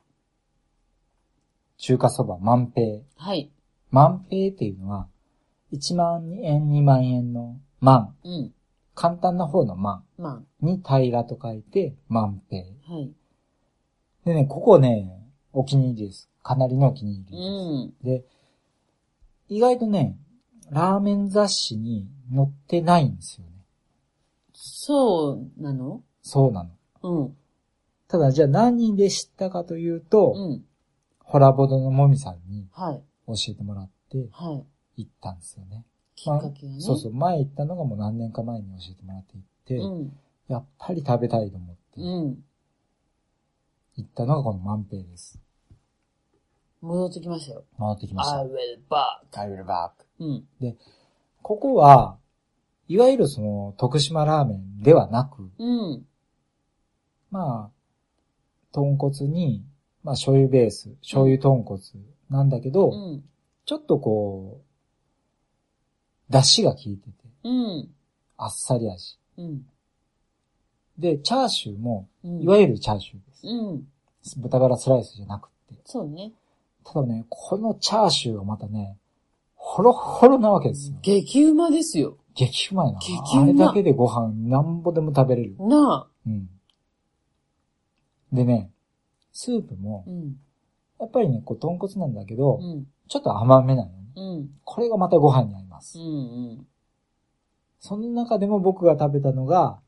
[SPEAKER 1] 中華そば万平。
[SPEAKER 2] はい。
[SPEAKER 1] 万平っていうのは、1万円、2万円の万、
[SPEAKER 2] うん。
[SPEAKER 1] 簡単な方の万
[SPEAKER 2] ま
[SPEAKER 1] に平らと書いて万平。
[SPEAKER 2] あ、はい。
[SPEAKER 1] でね、ここね、お気に入りです。かなりのお気に入
[SPEAKER 2] う
[SPEAKER 1] りで
[SPEAKER 2] ん。
[SPEAKER 1] す。で、意外とね、ラーメン雑誌に載ってないんですよね。
[SPEAKER 2] そうなの
[SPEAKER 1] そうなの。
[SPEAKER 2] うん。
[SPEAKER 1] ただ、じゃあ何で知ったかというと、
[SPEAKER 2] うん。
[SPEAKER 1] ホラボドのもみさんに
[SPEAKER 2] はい。
[SPEAKER 1] 教えてもらって
[SPEAKER 2] はい。
[SPEAKER 1] 行ったんですよね。
[SPEAKER 2] きっかけがね。
[SPEAKER 1] そうそう、前行ったのがもう何年か前に教えてもらって行って、
[SPEAKER 2] うん。
[SPEAKER 1] やっぱり食べたいと思って、
[SPEAKER 2] うん。
[SPEAKER 1] 行ったのがこの万平です。
[SPEAKER 2] 戻ってきましたよ。
[SPEAKER 1] 回ってきました
[SPEAKER 2] I。will back.
[SPEAKER 1] タイルバーク。
[SPEAKER 2] うん。
[SPEAKER 1] ここは、いわゆるその、徳島ラーメンではなく、
[SPEAKER 2] うん。
[SPEAKER 1] まあ、豚骨に、まあ醤油ベース、醤油豚骨なんだけど、
[SPEAKER 2] うん。
[SPEAKER 1] ちょっとこう、出汁が効いてて、
[SPEAKER 2] うん。
[SPEAKER 1] あっさり味。
[SPEAKER 2] うん。
[SPEAKER 1] で、チャーシューも、
[SPEAKER 2] うん。
[SPEAKER 1] いわゆるチャーシューです。
[SPEAKER 2] うん。
[SPEAKER 1] 豚バラスライスじゃなくて。
[SPEAKER 2] そうね。
[SPEAKER 1] ただね、このチャーシューがまたね、ほろほろなわけですよ。
[SPEAKER 2] 激うまですよ。
[SPEAKER 1] 激うまいな。
[SPEAKER 2] 激うま
[SPEAKER 1] あれだけでご飯なんぼでも食べれる。
[SPEAKER 2] な
[SPEAKER 1] うん。でね、スープも
[SPEAKER 2] あ。う、ん。
[SPEAKER 1] やっぱりね、こう豚骨なんだけど、
[SPEAKER 2] うん。
[SPEAKER 1] ちょっと甘めなのね。
[SPEAKER 2] うん。
[SPEAKER 1] これがまたご飯に合いま
[SPEAKER 2] う
[SPEAKER 1] す。
[SPEAKER 2] ん。
[SPEAKER 1] その中でも僕が食べたのが、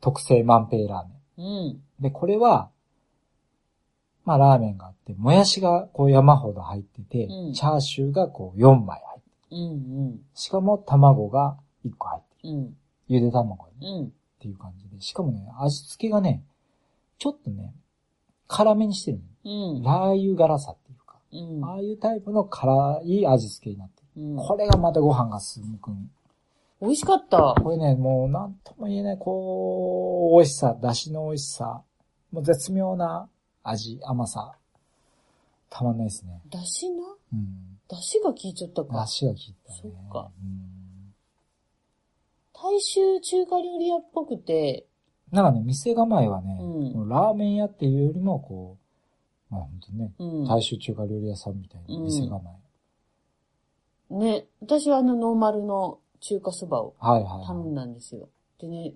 [SPEAKER 1] 特製万平ラーメ
[SPEAKER 2] うん。うん。
[SPEAKER 1] ン。で、これは、まあラーメンがあって、もやしがこう山ほど入ってて、
[SPEAKER 2] うん
[SPEAKER 1] チャーシューがこう4枚入って、
[SPEAKER 2] うん。
[SPEAKER 1] しかも卵が1個入ってる。
[SPEAKER 2] うん。
[SPEAKER 1] ゆで卵ね、
[SPEAKER 2] うん。
[SPEAKER 1] っていう感じで。しかもね、味付けがね、ちょっとね、辛めにしてるの。
[SPEAKER 2] うん。
[SPEAKER 1] ラー油辛さっていうか、
[SPEAKER 2] うん。
[SPEAKER 1] ああいうタイプの辛い味付けになってる。
[SPEAKER 2] うん
[SPEAKER 1] これがまたご飯が進むくん。
[SPEAKER 2] 美味しかった。
[SPEAKER 1] これね、もうなんとも言えない、こう、美味しさ、出汁の美味しさ、もう絶妙な味、甘さ。たまんないですね。
[SPEAKER 2] だしな
[SPEAKER 1] うん。
[SPEAKER 2] だしが効いちゃったか
[SPEAKER 1] 出。汁が効いたね。
[SPEAKER 2] そっか
[SPEAKER 1] うん。
[SPEAKER 2] 大衆中華料理屋っぽくて、
[SPEAKER 1] なんかね、店構えはね、
[SPEAKER 2] うん
[SPEAKER 1] もうラーメン屋っていうよりも、こう、まあ本当ね、
[SPEAKER 2] うん。
[SPEAKER 1] 大衆中華料理屋さんみたいな店構え。
[SPEAKER 2] ね、私はあのノーマルの中華そばを
[SPEAKER 1] はいはい
[SPEAKER 2] 頼
[SPEAKER 1] は
[SPEAKER 2] んだんですよ。でね、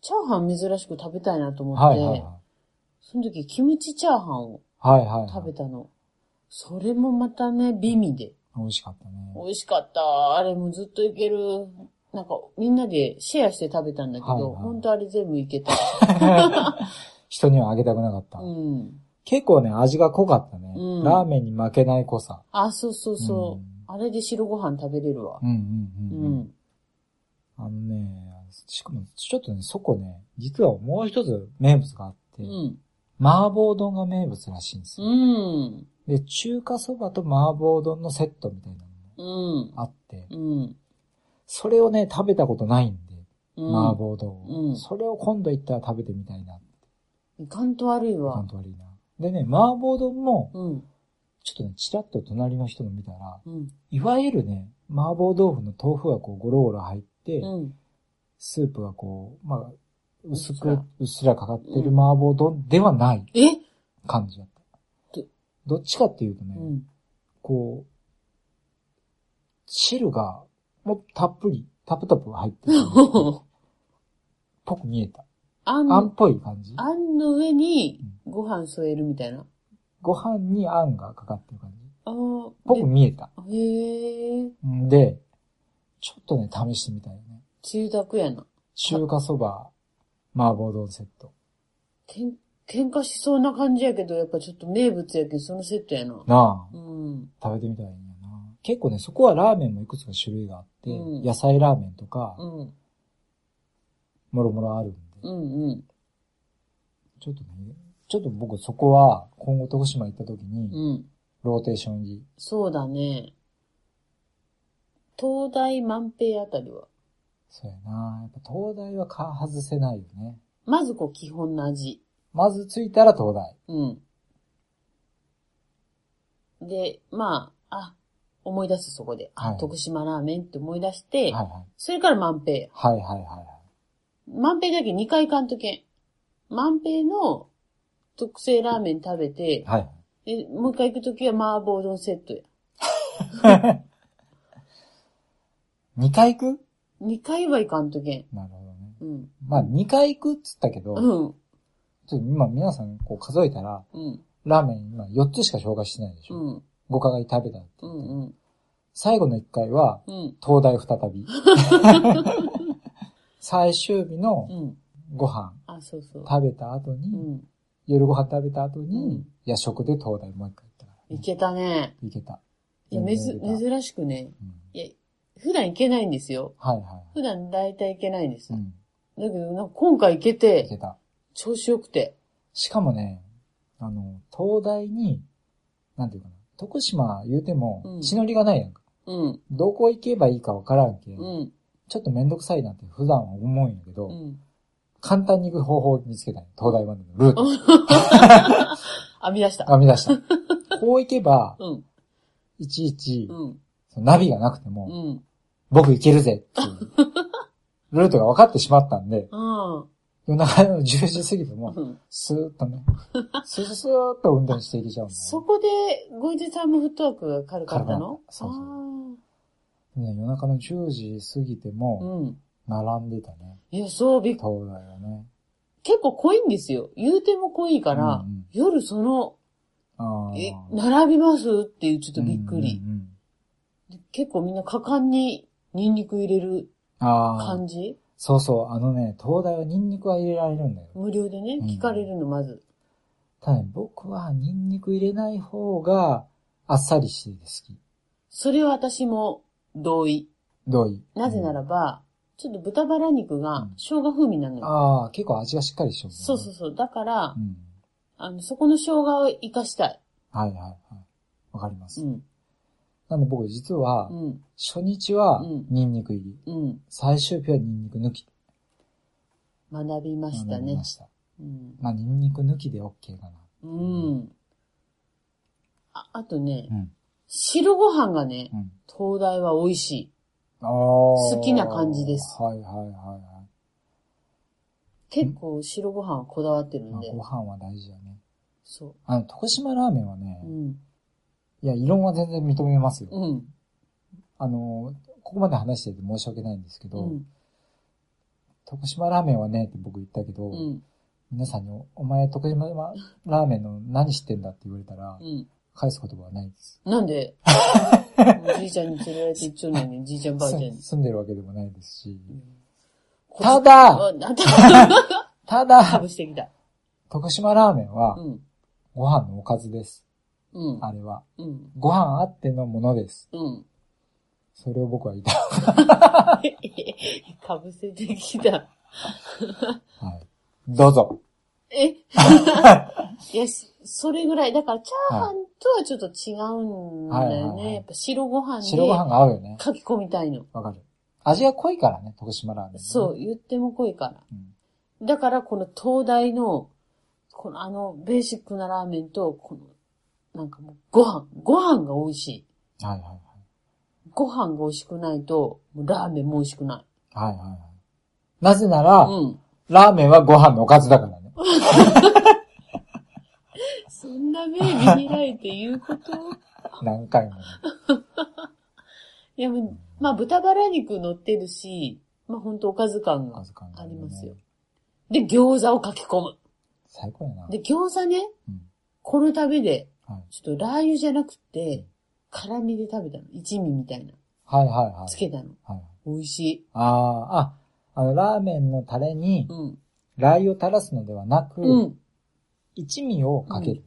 [SPEAKER 2] チャーハン珍しく食べたいなと思
[SPEAKER 1] い。は
[SPEAKER 2] っ
[SPEAKER 1] い
[SPEAKER 2] て、
[SPEAKER 1] はいはい。
[SPEAKER 2] その時キムチチャーハンを
[SPEAKER 1] はいはい、はい。
[SPEAKER 2] 食べたの。それもまたね、美味で。
[SPEAKER 1] 美味しかったね。
[SPEAKER 2] 美味しかった。あれもずっといける。なんか、みんなでシェアして食べたんだけど、
[SPEAKER 1] はいはい
[SPEAKER 2] ほんとあれ全部いけた。
[SPEAKER 1] 人にはあげたくなかった。
[SPEAKER 2] うん。
[SPEAKER 1] 結構ね、味が濃かったね、
[SPEAKER 2] うん
[SPEAKER 1] ラーメンに負けない濃さ。
[SPEAKER 2] あ、そうそうそう。
[SPEAKER 1] う
[SPEAKER 2] あれで白ご飯食べれるわ
[SPEAKER 1] う。んうん
[SPEAKER 2] う
[SPEAKER 1] うん。うん
[SPEAKER 2] ん。
[SPEAKER 1] あのね、しかもちょっとね、そこね、実はもう一つ名物があって、
[SPEAKER 2] うん。
[SPEAKER 1] 麻婆丼が名物らしいんです
[SPEAKER 2] う
[SPEAKER 1] よ。
[SPEAKER 2] ん。
[SPEAKER 1] で、中華そばと麻婆丼のセットみたいなの
[SPEAKER 2] うん。
[SPEAKER 1] があって、
[SPEAKER 2] うん。
[SPEAKER 1] それをね、食べたことないんで、
[SPEAKER 2] うん。
[SPEAKER 1] 麻婆丼を、
[SPEAKER 2] うん
[SPEAKER 1] それを今度行ったら食べてみたいな。
[SPEAKER 2] いかんと悪い
[SPEAKER 1] 感
[SPEAKER 2] わ。
[SPEAKER 1] と悪いな。でね、麻婆丼も、
[SPEAKER 2] うん。
[SPEAKER 1] ちょっとね、ちらっと隣の人の見たら、
[SPEAKER 2] うん。
[SPEAKER 1] いわゆるね、麻婆豆腐の豆腐がこうゴロゴロ入って、
[SPEAKER 2] うん。
[SPEAKER 1] スープがこう、まあ、薄
[SPEAKER 2] うっ
[SPEAKER 1] く
[SPEAKER 2] すら、
[SPEAKER 1] うっすらかかってる
[SPEAKER 2] うん
[SPEAKER 1] 麻婆丼ではない
[SPEAKER 2] え
[SPEAKER 1] 感じだった。
[SPEAKER 2] で
[SPEAKER 1] どっちかっていうとね、
[SPEAKER 2] うん。
[SPEAKER 1] こう、汁が もっとたっぷり、たぷたぷ入ってる。ぽく見えた。
[SPEAKER 2] あん、
[SPEAKER 1] あんっぽい感じ。
[SPEAKER 2] あんの上にご飯添えるみたいな。
[SPEAKER 1] ご飯にあんがかかってる感じ。
[SPEAKER 2] あー
[SPEAKER 1] ぽく見えた。
[SPEAKER 2] でへえ、
[SPEAKER 1] んで、ちょっとね、試してみたいよね。
[SPEAKER 2] 中宅やな。
[SPEAKER 1] 中華そば、麻婆丼セット。
[SPEAKER 2] けん、喧嘩しそうな感じやけど、やっぱちょっと名物やけど、そのセットやな。
[SPEAKER 1] なあ、
[SPEAKER 2] うん。
[SPEAKER 1] 食べてみたらいいんやな。結構ね、そこはラーメンもいくつか種類があって、
[SPEAKER 2] うん
[SPEAKER 1] 野菜ラーメンとか
[SPEAKER 2] う、ん。
[SPEAKER 1] もろもろあるんで、
[SPEAKER 2] うんうん。
[SPEAKER 1] ちょっとね、ちょっと僕そこは、今後徳島行った時に、
[SPEAKER 2] うん。
[SPEAKER 1] ローテーション入り。
[SPEAKER 2] そうだね。東大万平あたりは、
[SPEAKER 1] そうやな。やっぱ東大はか外せないよね。
[SPEAKER 2] まずこう基本の味。
[SPEAKER 1] まず着いたら東大。
[SPEAKER 2] うん。で、まあ、あ、思い出すそこで。あ、
[SPEAKER 1] はい
[SPEAKER 2] 徳島ラーメンって思い出して、
[SPEAKER 1] はいはい。
[SPEAKER 2] それから万平や。
[SPEAKER 1] はいはいはいはい。
[SPEAKER 2] 万平だけ2回行かんとけん。万平の特製ラーメン食べて、
[SPEAKER 1] はいはい。
[SPEAKER 2] でもう一回行くときは麻婆丼セットや。
[SPEAKER 1] 2回行く
[SPEAKER 2] 2回は行かんとけん。
[SPEAKER 1] なるほどね。
[SPEAKER 2] うん。
[SPEAKER 1] まあ2回行くっつったけど、
[SPEAKER 2] う
[SPEAKER 1] ちょ
[SPEAKER 2] ん。
[SPEAKER 1] っと今皆さんこう数えたら、
[SPEAKER 2] うん。
[SPEAKER 1] ラーメン今4つしか紹介してないでし
[SPEAKER 2] う
[SPEAKER 1] ょ。
[SPEAKER 2] ん。
[SPEAKER 1] 5回食べたって
[SPEAKER 2] う
[SPEAKER 1] 言って
[SPEAKER 2] ん。うん。
[SPEAKER 1] 最後の1回は、
[SPEAKER 2] うん。
[SPEAKER 1] 東大再 び。最終日の
[SPEAKER 2] うん。
[SPEAKER 1] ご飯
[SPEAKER 2] あ、そうそう。
[SPEAKER 1] 食べた後
[SPEAKER 2] う
[SPEAKER 1] に、
[SPEAKER 2] ん。
[SPEAKER 1] 夜ご飯食べた後
[SPEAKER 2] う
[SPEAKER 1] に
[SPEAKER 2] ん、
[SPEAKER 1] 夜食で東大もう一回行ったから、
[SPEAKER 2] いけたね。
[SPEAKER 1] 行けた。
[SPEAKER 2] いや、めず
[SPEAKER 1] 全然行けた
[SPEAKER 2] 珍しくね。
[SPEAKER 1] うん
[SPEAKER 2] いや、普段行けないんですよ。
[SPEAKER 1] はいはい
[SPEAKER 2] 普段大体行けないんです。
[SPEAKER 1] は
[SPEAKER 2] よ
[SPEAKER 1] い。うん。
[SPEAKER 2] だけど、なんか今回行け
[SPEAKER 1] 行け
[SPEAKER 2] て、
[SPEAKER 1] た。
[SPEAKER 2] 調子よくて。
[SPEAKER 1] しかもね、あの、東大に、なんていうかな、徳島言うて
[SPEAKER 2] う
[SPEAKER 1] も
[SPEAKER 2] ん、
[SPEAKER 1] 地のりがないやんか。
[SPEAKER 2] うん。
[SPEAKER 1] どこ行けばいいかわからんけ、
[SPEAKER 2] うん。
[SPEAKER 1] ちょっとめんどくさいなって普段は思うんやけど、
[SPEAKER 2] うん。
[SPEAKER 1] 簡単に行く方法を見つけたんよ東大までのルート。
[SPEAKER 2] 編み出した。
[SPEAKER 1] 編み出 した。こう行けば、
[SPEAKER 2] うん。
[SPEAKER 1] いちいち
[SPEAKER 2] う、ん。
[SPEAKER 1] そのナビがなくても、
[SPEAKER 2] うん。
[SPEAKER 1] 僕行けるぜっていう、ルートが分かってしまったんで、
[SPEAKER 2] あ
[SPEAKER 1] 夜中の10時過ぎて
[SPEAKER 2] あ。
[SPEAKER 1] も、
[SPEAKER 2] うん。
[SPEAKER 1] スーッ とね、スースースーッと運転していけちゃうんだよ
[SPEAKER 2] そこで、ゴイジさんもフットワークが軽かったの
[SPEAKER 1] 軽かったそうそう
[SPEAKER 2] あ
[SPEAKER 1] ね夜中の10時過ぎて
[SPEAKER 2] あ。
[SPEAKER 1] も、
[SPEAKER 2] うん。
[SPEAKER 1] 並んでたね、
[SPEAKER 2] いや、そう、びっ
[SPEAKER 1] 東大はね。
[SPEAKER 2] 結構濃いんですよ。言うても濃いから、
[SPEAKER 1] うんうん
[SPEAKER 2] 夜その、
[SPEAKER 1] あー
[SPEAKER 2] え、並びますっていうちょっとびっくり。
[SPEAKER 1] うんうんうん
[SPEAKER 2] で結構みんな果敢にニンニク入れる
[SPEAKER 1] ああ
[SPEAKER 2] 感、じ
[SPEAKER 1] そうそう、あのね、東大はニンニクは入れられるんだよ。
[SPEAKER 2] 無料でね
[SPEAKER 1] う、ん
[SPEAKER 2] 聞かれるのまず。
[SPEAKER 1] ただね、僕はニンニク入れない方が、あっさりしてて好き。
[SPEAKER 2] それは私も同意。
[SPEAKER 1] どうい
[SPEAKER 2] なぜならば、ちょっと豚バラ肉
[SPEAKER 1] う
[SPEAKER 2] が
[SPEAKER 1] ん
[SPEAKER 2] 生姜風味なのよ。
[SPEAKER 1] ああ、結構味がしっかりしてる、ね。
[SPEAKER 2] そうそうそう。だから
[SPEAKER 1] う。、ん。
[SPEAKER 2] あの、そこの生姜を活かしたい。
[SPEAKER 1] はいはいはい。わかります。
[SPEAKER 2] うん。
[SPEAKER 1] なんで僕実は
[SPEAKER 2] う、ん。
[SPEAKER 1] 初日は
[SPEAKER 2] うん
[SPEAKER 1] ニンニク入り、
[SPEAKER 2] うん。
[SPEAKER 1] 最終日はニンニク抜き。
[SPEAKER 2] 学びました
[SPEAKER 1] 学び
[SPEAKER 2] ね
[SPEAKER 1] ま。した。
[SPEAKER 2] うん。
[SPEAKER 1] まあ、ニンニク抜きで OK かな。
[SPEAKER 2] うん。あ、あとね、
[SPEAKER 1] うん。
[SPEAKER 2] 白ご飯がね
[SPEAKER 1] う、ん。
[SPEAKER 2] 東大は美味しい。
[SPEAKER 1] ああ。
[SPEAKER 2] 好
[SPEAKER 1] 好
[SPEAKER 2] きな感じです
[SPEAKER 1] はいはいはいはい。
[SPEAKER 2] 結構白ご飯はこだわってる
[SPEAKER 1] ま
[SPEAKER 2] ん
[SPEAKER 1] あ
[SPEAKER 2] で
[SPEAKER 1] ご。飯は大事だね。
[SPEAKER 2] そ
[SPEAKER 1] あの、徳島ラーメンはね、
[SPEAKER 2] う。うん。
[SPEAKER 1] いや、異論は全然認めますよ。
[SPEAKER 2] うん。
[SPEAKER 1] あの、ここまで話してて申し訳ないんですけ
[SPEAKER 2] う
[SPEAKER 1] ど、
[SPEAKER 2] ん。
[SPEAKER 1] 徳島ラーメンはねって僕言ったけど、
[SPEAKER 2] うん。
[SPEAKER 1] 皆さんにお、お前徳島ラーメンの何知ってんだって言われたら、
[SPEAKER 2] うん。
[SPEAKER 1] 返す言葉はないです。
[SPEAKER 2] なん でじいちゃんに連れられて行っちゃうのに、じいちゃんばあちゃんに
[SPEAKER 1] 住。住んでるわけでもないですし、
[SPEAKER 2] こ
[SPEAKER 1] た
[SPEAKER 2] あな
[SPEAKER 1] だ、
[SPEAKER 2] んだ
[SPEAKER 1] た
[SPEAKER 2] か
[SPEAKER 1] だ
[SPEAKER 2] ぶ、してきた。
[SPEAKER 1] 徳島ラーメンは
[SPEAKER 2] うん。
[SPEAKER 1] ご飯のおかずです。
[SPEAKER 2] うん。
[SPEAKER 1] あれは。
[SPEAKER 2] うん。
[SPEAKER 1] ご飯あってのものです。
[SPEAKER 2] うん。
[SPEAKER 1] それを僕は言いたい。
[SPEAKER 2] かぶせてきた。
[SPEAKER 1] はい。どうぞ。
[SPEAKER 2] えいや、しそれぐらい。だから、チャーハンとはちょっと違うんだ
[SPEAKER 1] はいは
[SPEAKER 2] よ
[SPEAKER 1] いはいはい
[SPEAKER 2] ね。やっぱ白ご飯
[SPEAKER 1] 白ご飯
[SPEAKER 2] で
[SPEAKER 1] が合うよね。
[SPEAKER 2] 書き込みたいの。
[SPEAKER 1] わかる。味が濃いからね、徳島ラーメン、
[SPEAKER 2] そう、
[SPEAKER 1] う。
[SPEAKER 2] 言っても濃いから。
[SPEAKER 1] うん
[SPEAKER 2] だから、この東大の、このあの、ベーシックなラーメンと、この、なんかもう、ご飯、ご飯が美味しい。
[SPEAKER 1] はいはいはい。
[SPEAKER 2] ご飯が美味しくないと、もうラーメンも美味しくない。
[SPEAKER 1] はいはいはい。なぜなら、
[SPEAKER 2] うん。
[SPEAKER 1] ラーメンはご飯のおかずだからね。
[SPEAKER 2] そんな目見開いて言うこと
[SPEAKER 1] 何回もね。
[SPEAKER 2] いや、もうまあ、豚バラ肉乗ってるし、まあ、ほんとおかず感
[SPEAKER 1] おか
[SPEAKER 2] が
[SPEAKER 1] ず感が
[SPEAKER 2] あ
[SPEAKER 1] ね
[SPEAKER 2] りますよ。。で、餃子を書き込む。
[SPEAKER 1] 最高やな。
[SPEAKER 2] で、餃子ね、
[SPEAKER 1] うん
[SPEAKER 2] このためで、
[SPEAKER 1] はい
[SPEAKER 2] ちょっとラー油じゃなくて、辛味で食べたの。一味みたいな。
[SPEAKER 1] はいはいはい。
[SPEAKER 2] つけたの。
[SPEAKER 1] はい。
[SPEAKER 2] 美味しい。
[SPEAKER 1] ああ、あ、あの、ラーメンのタレに、
[SPEAKER 2] うん。
[SPEAKER 1] ラー油を垂らすのではなく、
[SPEAKER 2] うん。
[SPEAKER 1] 一味をかける。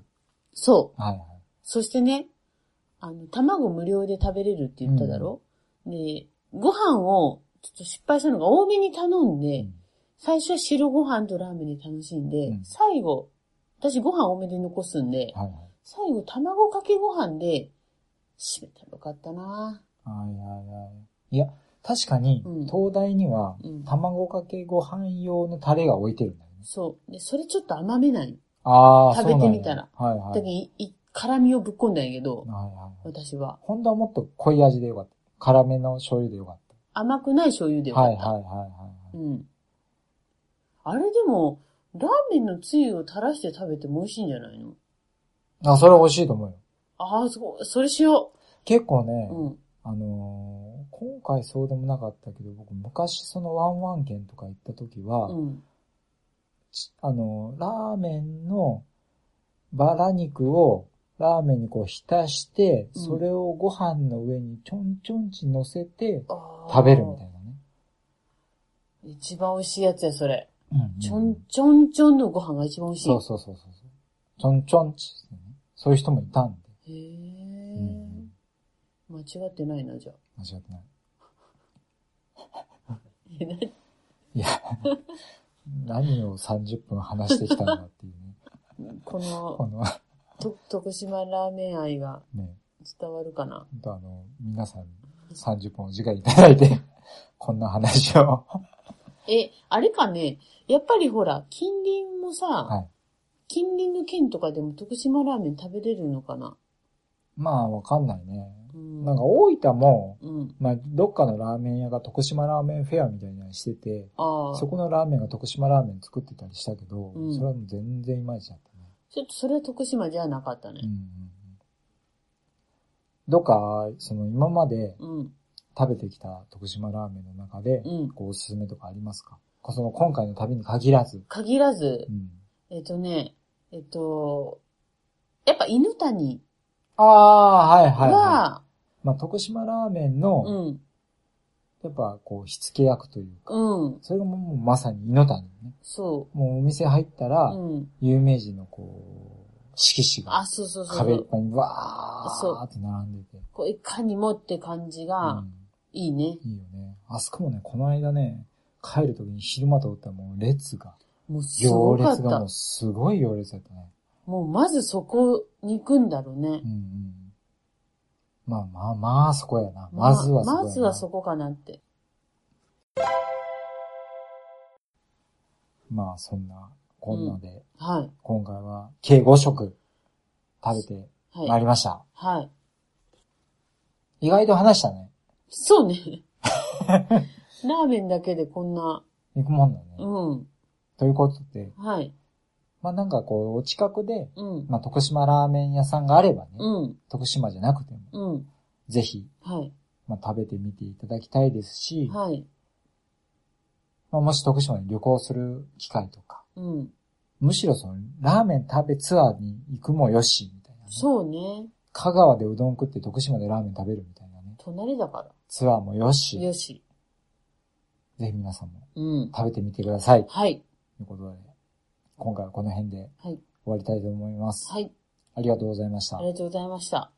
[SPEAKER 2] そう。
[SPEAKER 1] はいはい。
[SPEAKER 2] そしてね、あの、卵無料で食べれるって言っただろ、で、ご飯を、ちょっと失敗したのが多めに頼んで、
[SPEAKER 1] うん
[SPEAKER 2] 最初は白ご飯とラーメンで楽しんで、
[SPEAKER 1] うん
[SPEAKER 2] 最後、私ご飯多めで残すんで、
[SPEAKER 1] はいはい。
[SPEAKER 2] 最後卵かけご飯で、締めたらよかったな
[SPEAKER 1] はいはいはい。いや、確かに
[SPEAKER 2] うん、
[SPEAKER 1] 東大には
[SPEAKER 2] うん、
[SPEAKER 1] 卵かけご飯用のタレが置いてるんだよね。
[SPEAKER 2] そう。で、それちょっと甘めない。
[SPEAKER 1] ああ、
[SPEAKER 2] 食べてみたら
[SPEAKER 1] そうなんや
[SPEAKER 2] だ
[SPEAKER 1] は
[SPEAKER 2] け
[SPEAKER 1] い
[SPEAKER 2] ど、
[SPEAKER 1] はい。
[SPEAKER 2] いい辛みをぶっこんだんやけど、
[SPEAKER 1] はいはい。
[SPEAKER 2] 私は。
[SPEAKER 1] 本当はもっと濃い味でよかった。辛めの醤油でよかっ
[SPEAKER 2] 甘くない醤油で
[SPEAKER 1] た。
[SPEAKER 2] よか
[SPEAKER 1] はい
[SPEAKER 2] っ
[SPEAKER 1] は
[SPEAKER 2] た。
[SPEAKER 1] いはいはい。
[SPEAKER 2] うん。あれでも、ラーメンのつゆを垂らして食べても美味しいんじゃないの
[SPEAKER 1] あ、それ美味しいと思うよ。
[SPEAKER 2] ああ、すごい。それしよ
[SPEAKER 1] 結構
[SPEAKER 2] う。
[SPEAKER 1] ね、
[SPEAKER 2] うん。
[SPEAKER 1] あのー今回そうでもなかったけど、僕昔そのワンワン県とか行った時は、
[SPEAKER 2] うん。
[SPEAKER 1] ちあのーラーメンのバラ肉をラーメンにこう浸して、
[SPEAKER 2] うん
[SPEAKER 1] それをご飯の上にちょんちょんち乗せて
[SPEAKER 2] 食
[SPEAKER 1] 食べるみたいなね。
[SPEAKER 2] いな。一番美味しいやつや、それ。
[SPEAKER 1] うん
[SPEAKER 2] ちょんちょんちょんのご飯が一番美味しい。
[SPEAKER 1] そうそうそうそう。ちょんちょんちですね。そういう人もいたんで。
[SPEAKER 2] へえ
[SPEAKER 1] う、ん
[SPEAKER 2] 間違ってないな、じゃあ。
[SPEAKER 1] 間違ってない。
[SPEAKER 2] えない
[SPEAKER 1] や、何を30分話してきたんだっていうね。
[SPEAKER 2] こ
[SPEAKER 1] こ
[SPEAKER 2] の、
[SPEAKER 1] の
[SPEAKER 2] と、徳島ラーメン愛が
[SPEAKER 1] ね、
[SPEAKER 2] 伝わるかな。
[SPEAKER 1] 本当あの、皆さん30分お時間いただいて、 こんな話を。
[SPEAKER 2] え、あれかね、やっぱりほら、近隣もさ、
[SPEAKER 1] はい
[SPEAKER 2] 近隣の県とかでも徳島ラーメン食べれるのかな
[SPEAKER 1] まあ、わかんないね。
[SPEAKER 2] うん。
[SPEAKER 1] なんか大分も、
[SPEAKER 2] うん。
[SPEAKER 1] まあ、どっかのラーメン屋が徳島ラーメンフェアみたいなのしてて、
[SPEAKER 2] ああ。
[SPEAKER 1] そこのラーメンが徳島ラーメン作ってたりしたけど、
[SPEAKER 2] うん
[SPEAKER 1] それはもう全然いまいちだったね。
[SPEAKER 2] ちょっとそれは徳島じゃなかった
[SPEAKER 1] うん
[SPEAKER 2] ね。
[SPEAKER 1] うんうん。どっか、その今まで
[SPEAKER 2] うん。
[SPEAKER 1] 食べてきた徳島ラーメンの中で
[SPEAKER 2] う、ん。
[SPEAKER 1] こうおすすめとかありますかその今回の旅に限らず。
[SPEAKER 2] 限らず
[SPEAKER 1] う、ん。
[SPEAKER 2] えっ、とね、えっ、と、やっぱ犬谷
[SPEAKER 1] ああ、はいはい、は
[SPEAKER 2] は、
[SPEAKER 1] い。まあ、徳島ラーメンの、
[SPEAKER 2] うん、
[SPEAKER 1] やっぱこう、火付け役というか、
[SPEAKER 2] うん、
[SPEAKER 1] それがもうまさに猪谷ね。
[SPEAKER 2] そ
[SPEAKER 1] もうお店入った
[SPEAKER 2] う、
[SPEAKER 1] ら、
[SPEAKER 2] うん。
[SPEAKER 1] 有名人のこう、色紙
[SPEAKER 2] あ、
[SPEAKER 1] が
[SPEAKER 2] そうそうそうそ
[SPEAKER 1] 壁いっ
[SPEAKER 2] う。
[SPEAKER 1] ぱいにわーって並んでて。
[SPEAKER 2] こういかにもって感じが、いいね。
[SPEAKER 1] うん、いいよね。あそこもね、この間ね、帰るときに昼間通ったらもう列が、
[SPEAKER 2] もうす
[SPEAKER 1] 行
[SPEAKER 2] ごか
[SPEAKER 1] 列
[SPEAKER 2] っ
[SPEAKER 1] が
[SPEAKER 2] た。
[SPEAKER 1] もう
[SPEAKER 2] も
[SPEAKER 1] すごい行列だったね。
[SPEAKER 2] うまずそこに行くんだろうね
[SPEAKER 1] うん。うん。まあまあまあ、そこやな。
[SPEAKER 2] まあ
[SPEAKER 1] まずはそこやな。
[SPEAKER 2] まずはそこかなって。
[SPEAKER 1] まあそんな、こんなで、
[SPEAKER 2] は
[SPEAKER 1] 今回は計5食食べて
[SPEAKER 2] い。
[SPEAKER 1] ま
[SPEAKER 2] はいい。
[SPEAKER 1] りました。
[SPEAKER 2] はい。
[SPEAKER 1] 意外と話したね。
[SPEAKER 2] そうね。ラーメンだけでこんな、
[SPEAKER 1] 行くもんだね。
[SPEAKER 2] うん。
[SPEAKER 1] ということで、
[SPEAKER 2] はい。
[SPEAKER 1] まあなんかこう、お近くで、
[SPEAKER 2] うん。
[SPEAKER 1] まあ徳島ラーメン屋さんがあればね、
[SPEAKER 2] うん。
[SPEAKER 1] 徳島じゃなくて
[SPEAKER 2] う
[SPEAKER 1] も、
[SPEAKER 2] ん。
[SPEAKER 1] ぜひ、
[SPEAKER 2] はい。
[SPEAKER 1] まあ食べてみていただきたいですし、
[SPEAKER 2] はい。
[SPEAKER 1] まあもし徳島に旅行する機会とか、
[SPEAKER 2] うん。
[SPEAKER 1] むしろその、ラーメン食べツアーに行くもよし、みたいな、ね。
[SPEAKER 2] そうね。
[SPEAKER 1] 香川でうどん食って徳島でラーメン食べるみたいなね。
[SPEAKER 2] 隣だか
[SPEAKER 1] ツアーもよし、
[SPEAKER 2] ら。
[SPEAKER 1] ぜ
[SPEAKER 2] よし。
[SPEAKER 1] ひ皆さんも
[SPEAKER 2] うん。
[SPEAKER 1] 食べてみてください。
[SPEAKER 2] はい。
[SPEAKER 1] ということで、今回はこの辺で
[SPEAKER 2] はい。
[SPEAKER 1] 終わりたいと思います。
[SPEAKER 2] はい。
[SPEAKER 1] ありがとうございました
[SPEAKER 2] あり。がとうございました。